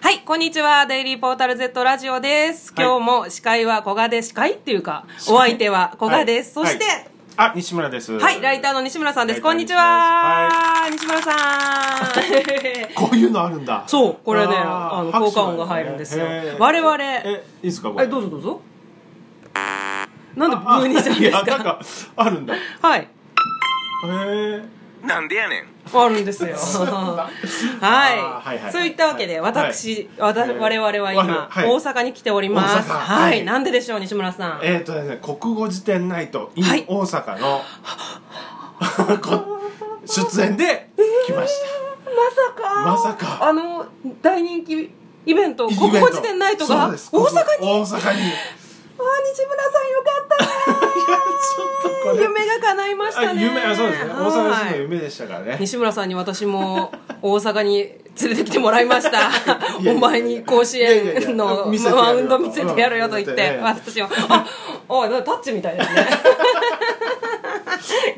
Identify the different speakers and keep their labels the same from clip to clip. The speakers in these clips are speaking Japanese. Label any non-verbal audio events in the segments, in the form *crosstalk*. Speaker 1: はい、こんにちは。デイリーポータル Z ラジオです。
Speaker 2: はい
Speaker 1: 今日も司会は古賀で、司会っていうか、お相手は古賀です。
Speaker 2: はい
Speaker 1: そして、
Speaker 2: はいあ西村です
Speaker 1: はい、ライターの西村さんです。こ
Speaker 2: ラ
Speaker 1: ん
Speaker 2: イ
Speaker 1: に
Speaker 2: ター
Speaker 1: ち
Speaker 2: 西村
Speaker 1: は。
Speaker 2: で
Speaker 1: 西村さん。
Speaker 2: こういうのあるんだ
Speaker 1: *laughs* そう、これね、
Speaker 2: あー
Speaker 1: あの、
Speaker 2: 拍
Speaker 1: 効
Speaker 2: 手
Speaker 1: 果音が入るんですよ
Speaker 2: へー。
Speaker 1: 我々、
Speaker 2: えいいですかこれ *laughs*
Speaker 1: え、どうぞどうぞ。なんでブーにしちゃうん
Speaker 2: い
Speaker 1: で
Speaker 2: や
Speaker 1: すか
Speaker 2: なんかあるんだへ
Speaker 1: はい。
Speaker 2: え
Speaker 3: なんでやねん
Speaker 1: あるん
Speaker 2: *laughs*
Speaker 1: ですよ。は
Speaker 2: だ
Speaker 1: い、
Speaker 2: あーはいはい
Speaker 1: そういったわけで、
Speaker 2: はい
Speaker 1: 私、わた
Speaker 2: えー
Speaker 1: 我々は今、
Speaker 2: はい
Speaker 1: 大阪に来ております。
Speaker 2: 大阪
Speaker 1: は、
Speaker 2: はいい
Speaker 1: なんででしょう、西村さん。
Speaker 2: えー、とですね国語辞典ナイト in、
Speaker 1: はい
Speaker 2: 大阪の *laughs* こ出演で来ました、
Speaker 1: まさか。
Speaker 2: まさか
Speaker 1: あの、大人気イベント、国語辞典ナイトが、大阪
Speaker 2: そう
Speaker 1: に。あー、
Speaker 2: です
Speaker 1: 西村さんよ
Speaker 2: 大阪に
Speaker 1: かった
Speaker 2: いや
Speaker 1: ね。
Speaker 2: ちょっ *laughs* とこ
Speaker 1: *laughs*
Speaker 2: れ
Speaker 1: 夢が叶いましたね。
Speaker 2: あ夢あそうですね
Speaker 1: は
Speaker 2: 大
Speaker 1: い
Speaker 2: 阪市の夢でしたからね
Speaker 1: 西村さんに私も大阪に連れてきてもらいました
Speaker 2: いや
Speaker 1: お前に甲子
Speaker 2: いやいや
Speaker 1: 園
Speaker 2: いや
Speaker 1: の
Speaker 2: 見せてやるよ
Speaker 1: マウンド見せてやるよと言っ
Speaker 2: うん見せて
Speaker 1: て
Speaker 2: ね
Speaker 1: 私はあおいタッチみたい
Speaker 2: *laughs*
Speaker 1: ですね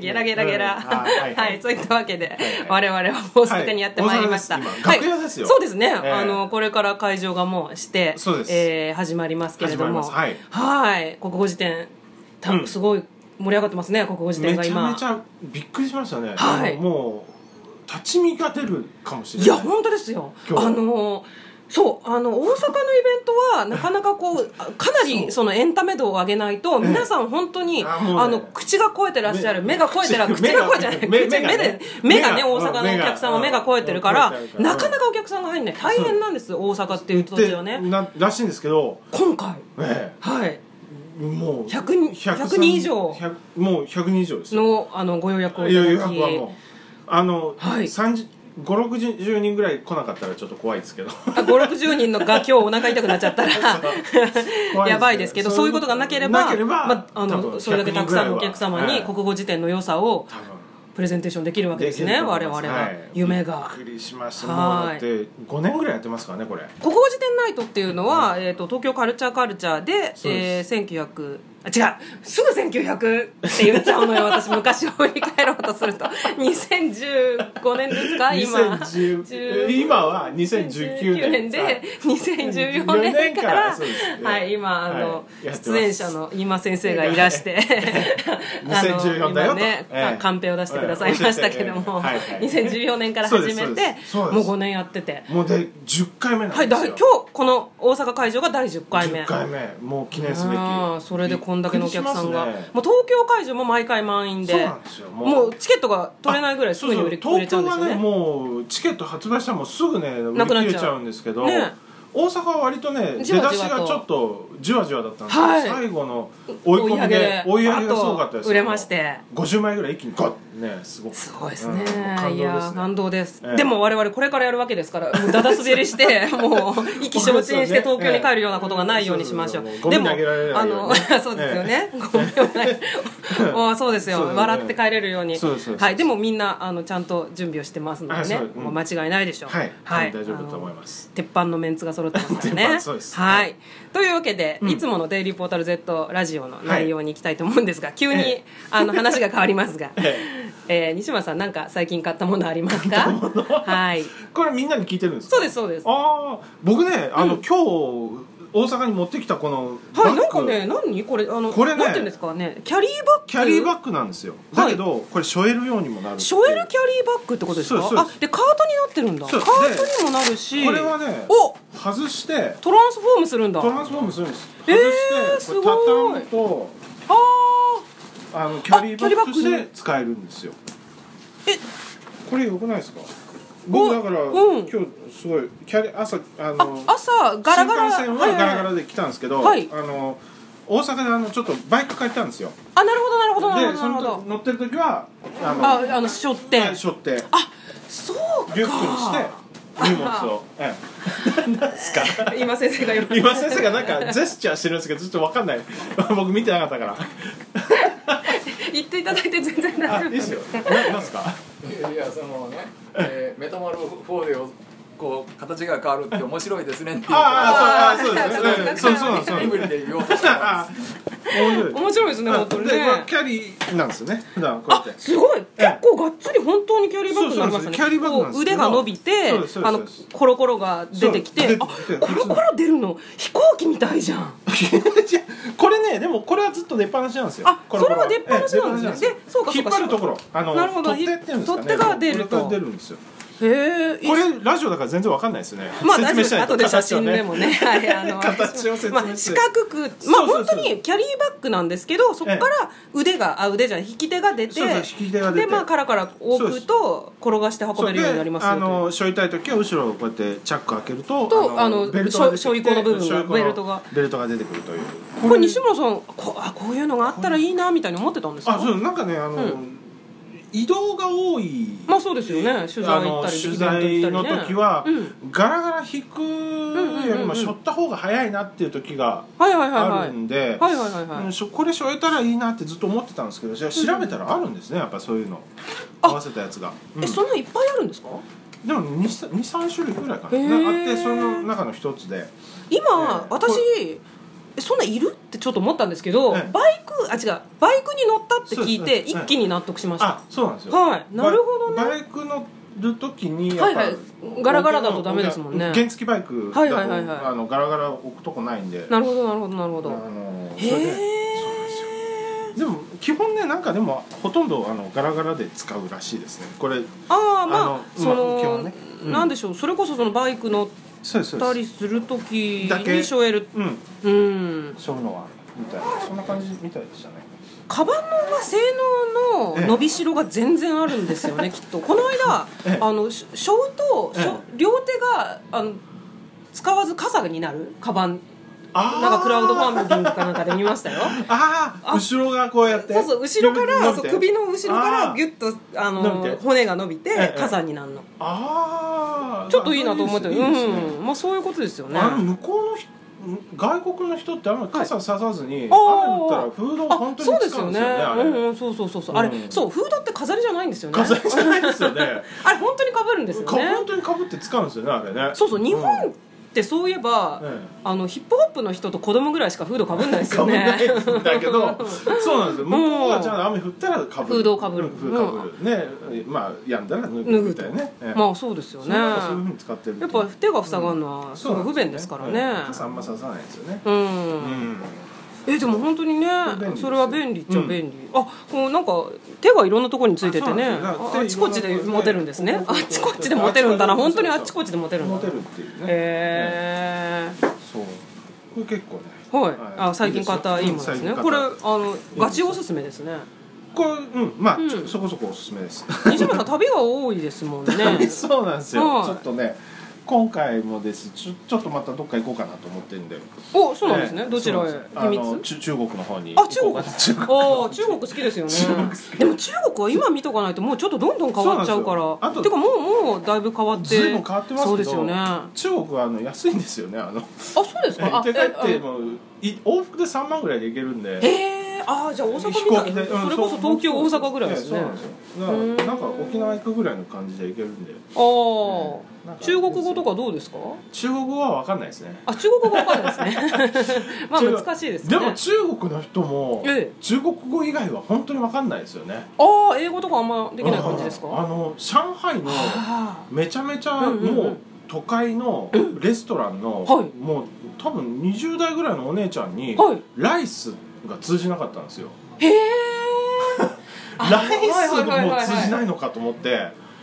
Speaker 1: ゲラゲラゲラ、
Speaker 2: うんはいはい
Speaker 1: は
Speaker 2: はい
Speaker 1: い、そういったわけで、
Speaker 2: は
Speaker 1: 我々は大阪にやってまいりました、
Speaker 2: はい
Speaker 1: は
Speaker 2: 大阪
Speaker 1: い
Speaker 2: です今楽屋ですよ
Speaker 1: そうですね、
Speaker 2: ええ
Speaker 1: あのこれから会場がもうして
Speaker 2: そうです
Speaker 1: えー始まりますけれども
Speaker 2: 始まり
Speaker 1: はい国語辞典た
Speaker 2: うん
Speaker 1: すごい盛り上がってますね国語辞典
Speaker 2: め
Speaker 1: が
Speaker 2: ち
Speaker 1: 今
Speaker 2: ゃめちゃびっくりしましたね、
Speaker 1: はい
Speaker 2: もう立ち見が出るかもしれ
Speaker 1: い
Speaker 2: な
Speaker 1: や
Speaker 2: い
Speaker 1: 本当ですよ
Speaker 2: 今日
Speaker 1: あのそうあの大阪のイベントはなかなかこ
Speaker 2: *laughs*
Speaker 1: うあかな
Speaker 2: そ
Speaker 1: り
Speaker 2: う
Speaker 1: そのエンタメ度を上げないと皆さん本当に
Speaker 2: あもうね
Speaker 1: あの口が超えてらっしゃる目
Speaker 2: 目
Speaker 1: が超えてらっしゃる口
Speaker 2: 目
Speaker 1: が
Speaker 2: が
Speaker 1: 超えてらっしゃる
Speaker 2: 目
Speaker 1: 口
Speaker 2: 目が
Speaker 1: 目で
Speaker 2: ね
Speaker 1: 目がね
Speaker 2: 目が
Speaker 1: 大阪のお客さんは目が超えてるから
Speaker 2: 目が超えてるから
Speaker 1: なかなかお客さんが入んない大変なんです大阪っていう土地は
Speaker 2: で
Speaker 1: ね
Speaker 2: ならしいんですけど、
Speaker 1: 今回
Speaker 2: え
Speaker 1: はい
Speaker 2: え、もう
Speaker 1: 100人100人以上
Speaker 2: 100もう100人以上ですよ
Speaker 1: のあのご予約をい
Speaker 2: い
Speaker 1: た
Speaker 2: や予
Speaker 1: だ
Speaker 2: 約はもう
Speaker 1: き
Speaker 2: あの、
Speaker 1: はい
Speaker 2: 30 5 6 0人ぐらい来なかったらちょっと怖いですけど *laughs*
Speaker 1: あ560人のが今日お腹痛くなっちゃったら
Speaker 2: 怖
Speaker 1: やばいですけどそういうことがなければ
Speaker 2: なければ
Speaker 1: まあ、あ
Speaker 2: 多分
Speaker 1: の
Speaker 2: 100
Speaker 1: それだけたくさんのお客様
Speaker 2: 人ぐら
Speaker 1: に
Speaker 2: いは
Speaker 1: 国語辞典の良さを
Speaker 2: 多分
Speaker 1: プレゼンテーションできるわけですね
Speaker 2: きると思
Speaker 1: 我
Speaker 2: い
Speaker 1: 々
Speaker 2: ま
Speaker 1: は、
Speaker 2: すい
Speaker 1: 夢が
Speaker 2: びっくりしました
Speaker 1: はい
Speaker 2: もうだって5年ぐらいやってますからねこれ
Speaker 1: 国語辞典ナイトっていうのは、えー、と東京カルチャーカルチャーで
Speaker 2: そう
Speaker 1: え
Speaker 2: で
Speaker 1: ー、1900あ違うすぐ1900って言っちゃう
Speaker 2: *laughs*
Speaker 1: のよ私昔を振り返ろうとすると2015年ですか今
Speaker 2: 2010今は2019
Speaker 1: 2019年
Speaker 2: 年
Speaker 1: で2014年か
Speaker 2: かららそうです
Speaker 1: はい今あの
Speaker 2: はいやってます
Speaker 1: 出演者の今先生がいら
Speaker 2: *laughs*
Speaker 1: してあの
Speaker 2: 2014
Speaker 1: 今
Speaker 2: だよと
Speaker 1: ね
Speaker 2: ええ
Speaker 1: カンペを出してくださいましたけども
Speaker 2: はいはい
Speaker 1: 2014年から始め
Speaker 2: そ
Speaker 1: て
Speaker 2: うですそうですそうです
Speaker 1: もう5年やってて
Speaker 2: もうで10回目なん
Speaker 1: はい
Speaker 2: ですよ、
Speaker 1: だ今日この大阪会場が第10回目
Speaker 2: 10回目もう記念すべき
Speaker 1: ああそれでこんだけのお客さんが
Speaker 2: びっくりしますね
Speaker 1: もう東京会場も毎回満員で
Speaker 2: そうなんですよもう
Speaker 1: もうチケットが取れないぐらいす
Speaker 2: そ
Speaker 1: ぐ
Speaker 2: う
Speaker 1: に
Speaker 2: そう
Speaker 1: 売れ売れ
Speaker 2: 東
Speaker 1: ちゃうんで
Speaker 2: 京は
Speaker 1: すよね
Speaker 2: ねもうチケット発売したらもうすぐね売
Speaker 1: な
Speaker 2: り
Speaker 1: くなっちゃう
Speaker 2: 切れちゃうんですけど、
Speaker 1: ね
Speaker 2: 大阪は割とね
Speaker 1: じ
Speaker 2: 出
Speaker 1: わ
Speaker 2: だ
Speaker 1: じ
Speaker 2: し
Speaker 1: わと
Speaker 2: がちょっとじわじわだったんですけど、
Speaker 1: はい
Speaker 2: 最後の追い込みで追い上げがすごかったで
Speaker 1: あ
Speaker 2: す
Speaker 1: と売れまして
Speaker 2: 50枚ぐらい一気にゴッねすごく
Speaker 1: すごいですね、
Speaker 2: うん感動ですね
Speaker 1: いやー感動です、
Speaker 2: ええ
Speaker 1: でも我々これからやるわけですからもうだだ滑りして
Speaker 2: *laughs*
Speaker 1: もう意気消沈して東京に帰るようなことがないようにしましょう,、
Speaker 2: ええそう
Speaker 1: で
Speaker 2: そうそう
Speaker 1: も
Speaker 2: ゴミ投げられないよう
Speaker 1: あ
Speaker 2: に
Speaker 1: の *laughs* そうですよね、ゴミを投
Speaker 2: *laughs*
Speaker 1: げああそうですよ
Speaker 2: そうですね
Speaker 1: 笑って帰れるように
Speaker 2: そうですそうです
Speaker 1: はい、でもみんなあのちゃんと準備をしてますので
Speaker 2: あそ
Speaker 1: ね
Speaker 2: ううん
Speaker 1: もう間違いないでしょう
Speaker 2: はい大丈夫だと思います
Speaker 1: あの鉄板のメンツが揃ってますから
Speaker 2: *laughs* 鉄
Speaker 1: ね
Speaker 2: 板そうです
Speaker 1: はいというわけで、いつもの「デイリーポータル Z ラジオ」の内容に行きたいと思うんですが、急に、
Speaker 2: ええ
Speaker 1: あの話が変わりますが、
Speaker 2: *laughs* え
Speaker 1: えー西村さんなんか最近買ったものありますかはい
Speaker 2: これみんなに聞いてるんですか
Speaker 1: そうですそうですは
Speaker 2: ああ僕ねあの、今日大阪に持ってきたこのバッ
Speaker 1: い
Speaker 2: グ
Speaker 1: なんかね何これあの
Speaker 2: これね
Speaker 1: なんていうんですかねキャリーバッグ
Speaker 2: キャリーバッグなんですよだけど、これしょえるようにもなる
Speaker 1: ショエルキャリーバッグってことですか
Speaker 2: そうですそうです
Speaker 1: あでカートになってるんだカ
Speaker 2: そう
Speaker 1: ー
Speaker 2: で
Speaker 1: トにもなるし
Speaker 2: これはね
Speaker 1: お
Speaker 2: 外して
Speaker 1: トランスフォームするんだ
Speaker 2: トランスフォームするんです
Speaker 1: えー
Speaker 2: 外して、
Speaker 1: すごい
Speaker 2: これ畳むと
Speaker 1: あ
Speaker 2: あのキャリーバ
Speaker 1: キャ
Speaker 2: ッグとし
Speaker 1: リーバッグ
Speaker 2: て
Speaker 1: ね
Speaker 2: 使えるんですよ
Speaker 1: え
Speaker 2: これよくないですか僕だから、
Speaker 1: うん
Speaker 2: 今日すごいキャリ朝あの
Speaker 1: ーあ朝ガラガラ
Speaker 2: 新幹線はガラガ
Speaker 1: い
Speaker 2: ラ
Speaker 1: い
Speaker 2: で来たんですけど、
Speaker 1: はい
Speaker 2: あの大阪であのちょっとバイク借りたんですよ
Speaker 1: あなるほどなるほどなる
Speaker 2: で
Speaker 1: ほどな
Speaker 2: そ
Speaker 1: るほ
Speaker 2: の
Speaker 1: ど
Speaker 2: 乗ってる時はあの
Speaker 1: ああのしょって
Speaker 2: はい背負って
Speaker 1: あそうか
Speaker 2: リュックにして荷物をえ *laughs* えなんですか
Speaker 1: 今先生が言う
Speaker 2: 今先生がなんかジェスチャーしてるんですけどちょっとわかんない *laughs* 僕見てなかったから
Speaker 1: 言っていただいて全然大
Speaker 2: あ
Speaker 1: 丈
Speaker 2: い
Speaker 1: 夫
Speaker 2: いですよななんすか
Speaker 4: いやそのね、えーメタモルフォーデをこう形が変わるって面白いですねっていうことを
Speaker 2: ああそうあそうですね
Speaker 1: あー
Speaker 2: そうそうなんですそう
Speaker 4: 身振りで言おうとしたん
Speaker 2: あ
Speaker 4: で
Speaker 2: 面白い
Speaker 1: 面白いですね本当にね
Speaker 2: で、まあ、キャリーなんですよね普段こうや
Speaker 1: あ
Speaker 2: って
Speaker 1: すごい結構がっつり本当にキャリーバッグになりましたね
Speaker 2: そうそうそうキャリーバッグなんです
Speaker 1: こ
Speaker 2: よ
Speaker 1: う腕が伸びて
Speaker 2: そうですそうです
Speaker 1: あの
Speaker 2: そうです
Speaker 1: コロコロが出てき
Speaker 2: そう
Speaker 1: て
Speaker 2: 出
Speaker 1: あ
Speaker 2: てきて
Speaker 1: コロコロ出るの飛行機みたいじゃん
Speaker 2: *laughs* いやこれねでもこれはずっと出っ放しなんですよ
Speaker 1: あ
Speaker 2: この頃
Speaker 1: それは出っ放しなんですね
Speaker 2: ええ出っ放
Speaker 1: で
Speaker 2: し
Speaker 1: そうかそうか
Speaker 2: 引っ張るところあの
Speaker 1: なるほど
Speaker 2: 取っ手っていうんですかね
Speaker 1: 取っ手が出ると
Speaker 2: これが出るんですよ
Speaker 1: へえ
Speaker 2: これラジオだから全然わかんないですよね、
Speaker 1: まあ
Speaker 2: 説
Speaker 1: 大
Speaker 2: 明し
Speaker 1: 丈
Speaker 2: ない
Speaker 1: 夫
Speaker 2: と
Speaker 1: 後で写真でもね
Speaker 2: *laughs*
Speaker 1: はいあの
Speaker 2: 形を説明して
Speaker 1: まあ、四角くまあ
Speaker 2: そうそ
Speaker 1: 本
Speaker 2: うそ
Speaker 1: 当
Speaker 2: う
Speaker 1: にキャリーバッグなんですけどそこから腕があ腕じゃない引き手が出て
Speaker 2: そうそう引き手が出て
Speaker 1: でまあカラカラ置くと転がして運べるようになりますよ
Speaker 2: あ
Speaker 1: という
Speaker 2: の背負いたい時は後ろをこうやってチャック開けると
Speaker 1: とあの
Speaker 2: ベルトが出てき
Speaker 1: し
Speaker 2: て
Speaker 1: ょ背負い子の部分が
Speaker 2: 背負い子の
Speaker 1: ベルトが
Speaker 2: ベルトが出てくるという
Speaker 1: これ西村さんこあこういうのがあったらいいなみたいに思ってたんですか
Speaker 2: あそうなんかねあの、
Speaker 1: う
Speaker 2: 移動が多い
Speaker 1: まあそうですよね取材行ったり
Speaker 2: あの取材の
Speaker 1: イベント行ったりね
Speaker 2: 時は、
Speaker 1: うん
Speaker 2: ガラガラ引くよりもしょった方が早いなっていう時が
Speaker 1: はいはいはい
Speaker 2: あ
Speaker 1: は
Speaker 2: る
Speaker 1: い
Speaker 2: んで、
Speaker 1: はいはいはいはい
Speaker 2: うんしょこれしょえたらいいなってずっと思ってたんですけどじゃあ調べたらあるんですねやっぱそういうの
Speaker 1: あ
Speaker 2: 合わせたやつが、うん
Speaker 1: えそんないっぱいあるんですか
Speaker 2: でも23種類ぐらいか
Speaker 1: へ
Speaker 2: な
Speaker 1: ー
Speaker 2: なあってその中の一つで
Speaker 1: 今
Speaker 2: ええ
Speaker 1: 私
Speaker 2: こ
Speaker 1: えそんないるってちょっと思ったんですけどバ
Speaker 2: ええ
Speaker 1: イクあ違うバイクに乗ったって聞い
Speaker 2: そうで
Speaker 1: て
Speaker 2: す
Speaker 1: 一
Speaker 2: ね
Speaker 1: 気に納得しました
Speaker 2: あそうなんですよ
Speaker 1: はいなるほど
Speaker 2: バ
Speaker 1: ね
Speaker 2: バイク乗る時に
Speaker 1: はいはい
Speaker 2: やっぱ
Speaker 1: ガラガラだとダメですもんね
Speaker 2: 原付バイクだと、
Speaker 1: はいはいはいはい
Speaker 2: あのガラガラ置くとこないんで
Speaker 1: なるほどなるほどなるほ
Speaker 2: あ
Speaker 1: ど
Speaker 2: のそ
Speaker 1: へ
Speaker 2: れでそうなんですよ
Speaker 1: え
Speaker 2: でも基本ねなんかでもほとんどあのガラガラで使うらしいですねこれ
Speaker 1: ああ
Speaker 2: あ
Speaker 1: ま
Speaker 2: の
Speaker 1: あそ
Speaker 2: まあ基
Speaker 1: の
Speaker 2: 本ねうん
Speaker 1: なんでしょうそれこそそのバイク乗っ
Speaker 2: そうですそ
Speaker 1: た
Speaker 2: うで
Speaker 1: りする時
Speaker 2: だけ
Speaker 1: にしょえる
Speaker 2: すうん
Speaker 1: うん
Speaker 2: そういうのはみたいなそんな感じみたいでしたね
Speaker 1: カバンは性能の伸びしろが全然あるんですよ
Speaker 2: *laughs*
Speaker 1: ね、きっとこの間、
Speaker 2: ええ
Speaker 1: あのし背負うと、しょ
Speaker 2: え
Speaker 1: 両手があの使わず傘になるカバン
Speaker 2: あ
Speaker 1: なんかクラウドファンディ
Speaker 2: ム
Speaker 1: ングかなんかで見ましたよ
Speaker 2: あー
Speaker 1: あ
Speaker 2: 後ろがこうやって
Speaker 1: そうそう後ろからそ
Speaker 2: 伸び
Speaker 1: う
Speaker 2: て
Speaker 1: 首の後ろから
Speaker 2: あー
Speaker 1: ギュッとあ
Speaker 2: 伸び
Speaker 1: の
Speaker 2: て
Speaker 1: 骨が伸びて
Speaker 2: ええ
Speaker 1: 傘になるの、
Speaker 2: ああ
Speaker 1: ちょっといいなと思って
Speaker 2: いいですね
Speaker 1: うんまあそういうことですよね
Speaker 2: あの向こうの人外国の人ってあんまり傘ささずに、
Speaker 1: あー
Speaker 2: 雨降ったらフードを本当に使うんですよねあれ、
Speaker 1: うんうん、そうそうそうそう、あれ
Speaker 2: うん
Speaker 1: そうフードって飾りじゃないんですよね
Speaker 2: 飾りじゃないですよね
Speaker 1: あれ本当にかぶるんですよ
Speaker 2: か
Speaker 1: ね
Speaker 2: 本当にかぶって使うんですよねあれね
Speaker 1: そうそう日本
Speaker 2: う
Speaker 1: っ
Speaker 2: ん
Speaker 1: てそういえば、
Speaker 2: ええ
Speaker 1: あのヒップホップの人と子供ぐらいしかフードかぶんないです
Speaker 2: か
Speaker 1: よ
Speaker 2: ぶん
Speaker 1: ね
Speaker 2: ないんだけどそうなんですよ向こうがじゃあ雨降ったらかぶる
Speaker 1: フードを被る
Speaker 2: うんフードを被る、ねまあ病んだら脱
Speaker 1: 脱
Speaker 2: ぐ
Speaker 1: ぐ
Speaker 2: み
Speaker 1: と
Speaker 2: たいなね、ええ
Speaker 1: まあそうですよ
Speaker 2: そ
Speaker 1: ね
Speaker 2: れなんかそういうふう
Speaker 1: や
Speaker 2: に使ってる
Speaker 1: っぱ手が塞がるのはす
Speaker 2: そう
Speaker 1: ご
Speaker 2: ないん
Speaker 1: 不便ですからね
Speaker 2: ええ傘あんまささないですよね
Speaker 1: う、
Speaker 2: うんん
Speaker 1: えでも本当にね
Speaker 2: 便利ですよ
Speaker 1: それは便利っちゃ便利、あこうなんか手がいろんなところについててね
Speaker 2: あそうなん
Speaker 1: あ
Speaker 2: ですよ
Speaker 1: あっちこっちでモテるんですね
Speaker 2: こ
Speaker 1: あ
Speaker 2: こ
Speaker 1: っちこっちでモテるんだな本当にあっちこっちでモテるんだ
Speaker 2: モ
Speaker 1: な
Speaker 2: テるっていうねえ
Speaker 1: へえ
Speaker 2: そうこれ結構ね
Speaker 1: はい、あ最近買ったいいものです
Speaker 2: 最
Speaker 1: ね
Speaker 2: 近買った
Speaker 1: これあのガチおすすめですね
Speaker 2: これうんまあ、ちょ
Speaker 1: うん
Speaker 2: そこそこおすすめです
Speaker 1: 西村さん旅が多いですもん
Speaker 2: *laughs*
Speaker 1: ね
Speaker 2: そうなんですよ、
Speaker 1: はい
Speaker 2: ちょっとね今回もですしちょちょっとまたどっか行こうかなと思ってるんで
Speaker 1: おそうなんですね、どちらへ
Speaker 2: そうなん
Speaker 1: 秘
Speaker 2: ですあの
Speaker 1: 密
Speaker 2: 中中国の方に
Speaker 1: あ中国あ
Speaker 2: 行こうかな中国
Speaker 1: ー中国好きですよねでも中国は今見とかないともうちょっとどんどん変わっちゃうから
Speaker 2: そうなんですよあと
Speaker 1: てかもうもうだいぶ変わって
Speaker 2: ずいぶん変わってますけど
Speaker 1: そうですよねあ
Speaker 2: 中国はあの安いんですよねあの
Speaker 1: そうですか
Speaker 2: 行
Speaker 1: あ
Speaker 2: って帰って
Speaker 1: あ
Speaker 2: もうい往復で3万ぐらいで行けるん
Speaker 1: へ
Speaker 2: で
Speaker 1: えあーじゃあ大阪みたい
Speaker 2: でうん
Speaker 1: それこそ東京大阪ぐらいです
Speaker 2: え
Speaker 1: ね
Speaker 2: えそうなんですよだから
Speaker 1: うん
Speaker 2: なんか沖縄行くぐらいの感じで行けるんで
Speaker 1: あー
Speaker 2: なんか
Speaker 1: 中国語とかどうですか
Speaker 2: 中国語は分かんないですね
Speaker 1: あ中国語わかんないですね *laughs* まあ難しいですね
Speaker 2: でも中国の人も
Speaker 1: ええ
Speaker 2: 中国語以外は本当に分かんないですよね
Speaker 1: ああ英語とかあんまできない感じですか
Speaker 2: あ
Speaker 1: あ
Speaker 2: の上海の
Speaker 1: あ
Speaker 2: めちゃめちゃ
Speaker 1: うんうんうん
Speaker 2: もう都会のレストランの
Speaker 1: はい
Speaker 2: もう多分20代ぐらいのお姉ちゃんに
Speaker 1: はい
Speaker 2: ライスが通じなかったんですよ
Speaker 1: へえ
Speaker 2: *laughs* ライスがもう通じ
Speaker 1: い
Speaker 2: ないのかと思って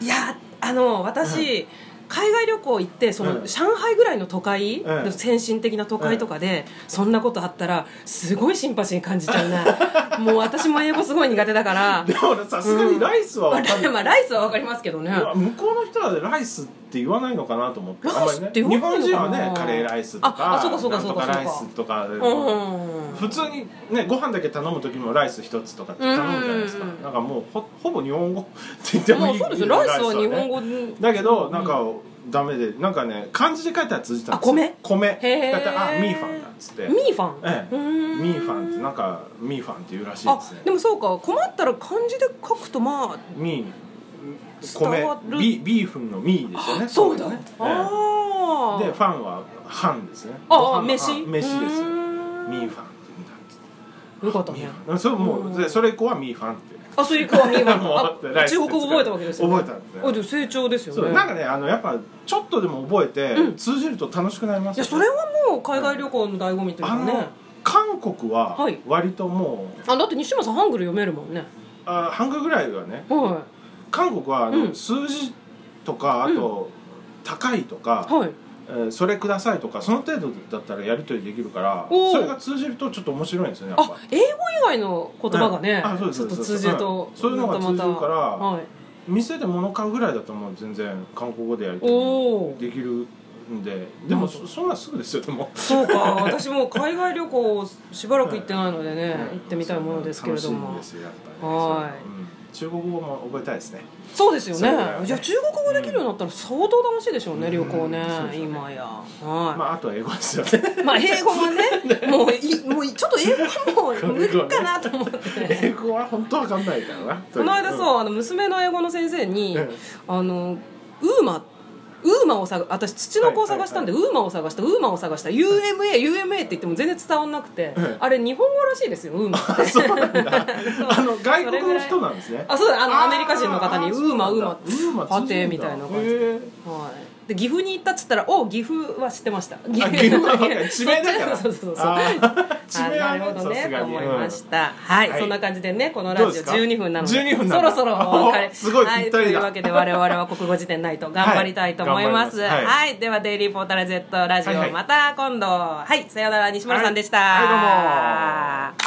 Speaker 1: いやあの私、海外旅行行ってその、
Speaker 2: うん
Speaker 1: 上海ぐらいの都会、
Speaker 2: うん
Speaker 1: の先進的な都会とかで、そんなことあったらすごいシンパシー感じちゃう
Speaker 2: *laughs*
Speaker 1: なもう私も英語すごい苦手だから
Speaker 2: でもさすがにライスは
Speaker 1: ま
Speaker 2: 分かんない
Speaker 1: あ、まあライスはわかりますけどね
Speaker 2: いや向こうの人はライスって言わないのかなと思って
Speaker 1: ライスって言わないのかな
Speaker 2: あんまりね日本人はねカレーライスとか
Speaker 1: ああそうかそうかそうか
Speaker 2: なんとかライスとか
Speaker 1: うんうん
Speaker 2: 普通にねご飯だけ頼む時もライス一つとかって頼むじゃないですか
Speaker 1: うんうんうん
Speaker 2: なんかもうほほぼ日本語って言っても
Speaker 1: まあ
Speaker 2: いい
Speaker 1: そうですよライスは
Speaker 2: ね
Speaker 1: 日本語に
Speaker 2: だけどなんかダメでなんかね漢字で書いたら通じたんですよ
Speaker 1: あ米
Speaker 2: 米
Speaker 1: へー
Speaker 2: だってあミーファンだっつって
Speaker 1: ミーファン、
Speaker 2: ええ
Speaker 1: うーん
Speaker 2: ミーファンってなんかミーファンっていうらしいで
Speaker 1: あ
Speaker 2: すね
Speaker 1: でもそうか困ったら漢字で書くとまあ
Speaker 2: ミー
Speaker 1: 伝
Speaker 2: 米
Speaker 1: わる
Speaker 2: ビビーフンのミーですよね
Speaker 1: そうだ、
Speaker 2: これねええ
Speaker 1: ああ
Speaker 2: でファンはハンですね
Speaker 1: ああ
Speaker 2: ご飯の飯
Speaker 1: 飯
Speaker 2: 飯です
Speaker 1: うーん
Speaker 2: ミーファンって言うんだ
Speaker 1: よかったね
Speaker 2: それもう、
Speaker 1: うん
Speaker 2: それ以降はミーファンって
Speaker 1: あそういう顔見えば
Speaker 2: *laughs* もう
Speaker 1: あ
Speaker 2: 来世
Speaker 1: 中国語覚えたわけですよ
Speaker 2: 覚えたんですね
Speaker 1: あでも成長ですよ
Speaker 2: そう
Speaker 1: ね
Speaker 2: なんかねあのやっぱちょっとでも覚えて、
Speaker 1: うん
Speaker 2: 通じると楽しくなります
Speaker 1: いやそれはもう海外旅行の醍醐味という
Speaker 2: あ
Speaker 1: かね
Speaker 2: の韓国は
Speaker 1: はい
Speaker 2: 割ともう、
Speaker 1: あだって西村さんハングル読めるもんね
Speaker 2: あハングルぐらいがね
Speaker 1: は
Speaker 2: 韓国はあの、
Speaker 1: うん
Speaker 2: 数字とかあと、高いとか
Speaker 1: い、はい
Speaker 2: えーそれくださいとかその程度だったらやり取りできるから
Speaker 1: おー
Speaker 2: それが通じるとちょっと面白いんですよねやっぱ
Speaker 1: あ英語以外の言葉がね
Speaker 2: うんあそうで
Speaker 1: ちょ
Speaker 2: す
Speaker 1: っと通じると
Speaker 2: そうですそうですうんそういうのが通じるから
Speaker 1: はい
Speaker 2: 店で物買うぐらいだともう全然韓国語でやり取り
Speaker 1: おお
Speaker 2: できるんででもそそんなんすぐですよでも
Speaker 1: そうか私もう海外旅行しばらく行ってないのでね
Speaker 2: ね
Speaker 1: 行ってみたいものですけれども
Speaker 2: 楽しいんですよやっぱり
Speaker 1: はーい
Speaker 2: そううん中国語も覚えたいですね
Speaker 1: そうですよ
Speaker 2: そ
Speaker 1: ね
Speaker 2: うだよね
Speaker 1: いや中国語できるようになったら相当楽しいでしょうね
Speaker 2: うん
Speaker 1: 旅行ね
Speaker 2: そうですね
Speaker 1: 今やはい
Speaker 2: まああとは英語ですよ
Speaker 1: *laughs*
Speaker 2: ね
Speaker 1: まあ英語はねもういもうちょっと英語はもう無理かなと思って
Speaker 2: 英語は本当わかんないからな
Speaker 1: この間
Speaker 2: う
Speaker 1: そうあの娘の英語の先生に
Speaker 2: うん
Speaker 1: あのウーマウーマを探私土の子を探したんで、
Speaker 2: はい
Speaker 1: ウーマを探したウーマを探した UMAUMA って言っても全然伝わんなくて、
Speaker 2: うん
Speaker 1: あれ日本語らしいですよウーマ
Speaker 2: *laughs*
Speaker 1: って *laughs*
Speaker 2: あの外国の人なんですね
Speaker 1: あそうだあの
Speaker 2: あー
Speaker 1: アメリカ人の方に「
Speaker 2: あー
Speaker 1: ウーマウーマ」って
Speaker 2: そうなんだウーマ
Speaker 1: パテ
Speaker 2: 通じるんだ
Speaker 1: みたいな感じ
Speaker 2: へー
Speaker 1: はい、で岐阜に行ったっつったら「お岐阜は知ってました」岐
Speaker 2: あ岐阜は分かる地名だか
Speaker 1: *laughs*
Speaker 2: ら
Speaker 1: そうそうそうそう
Speaker 2: *laughs* あー地
Speaker 1: あ
Speaker 2: 名は
Speaker 1: な
Speaker 2: ね
Speaker 1: るほど *laughs*
Speaker 2: さ
Speaker 1: ね
Speaker 2: すが
Speaker 1: と
Speaker 2: に
Speaker 1: 思いまし
Speaker 2: うん
Speaker 1: た、はい、
Speaker 2: はい
Speaker 1: そんな感じでねこのラ
Speaker 2: どう
Speaker 1: ジ
Speaker 2: で
Speaker 1: オ
Speaker 2: すか
Speaker 1: 12分なので
Speaker 2: 12分なんだ
Speaker 1: そろそろお別れ
Speaker 2: *laughs* すごい
Speaker 1: は
Speaker 2: ぴったりだ
Speaker 1: というわけで我々は国語辞典ナイト頑張りたいと思います,、
Speaker 2: はい
Speaker 1: は
Speaker 2: 頑
Speaker 1: い
Speaker 2: 張りますは
Speaker 1: では「デイリーポータル Z ラジオ」
Speaker 2: はいはい
Speaker 1: また今度はいさよなら西村さんでした、
Speaker 2: はいはいどうも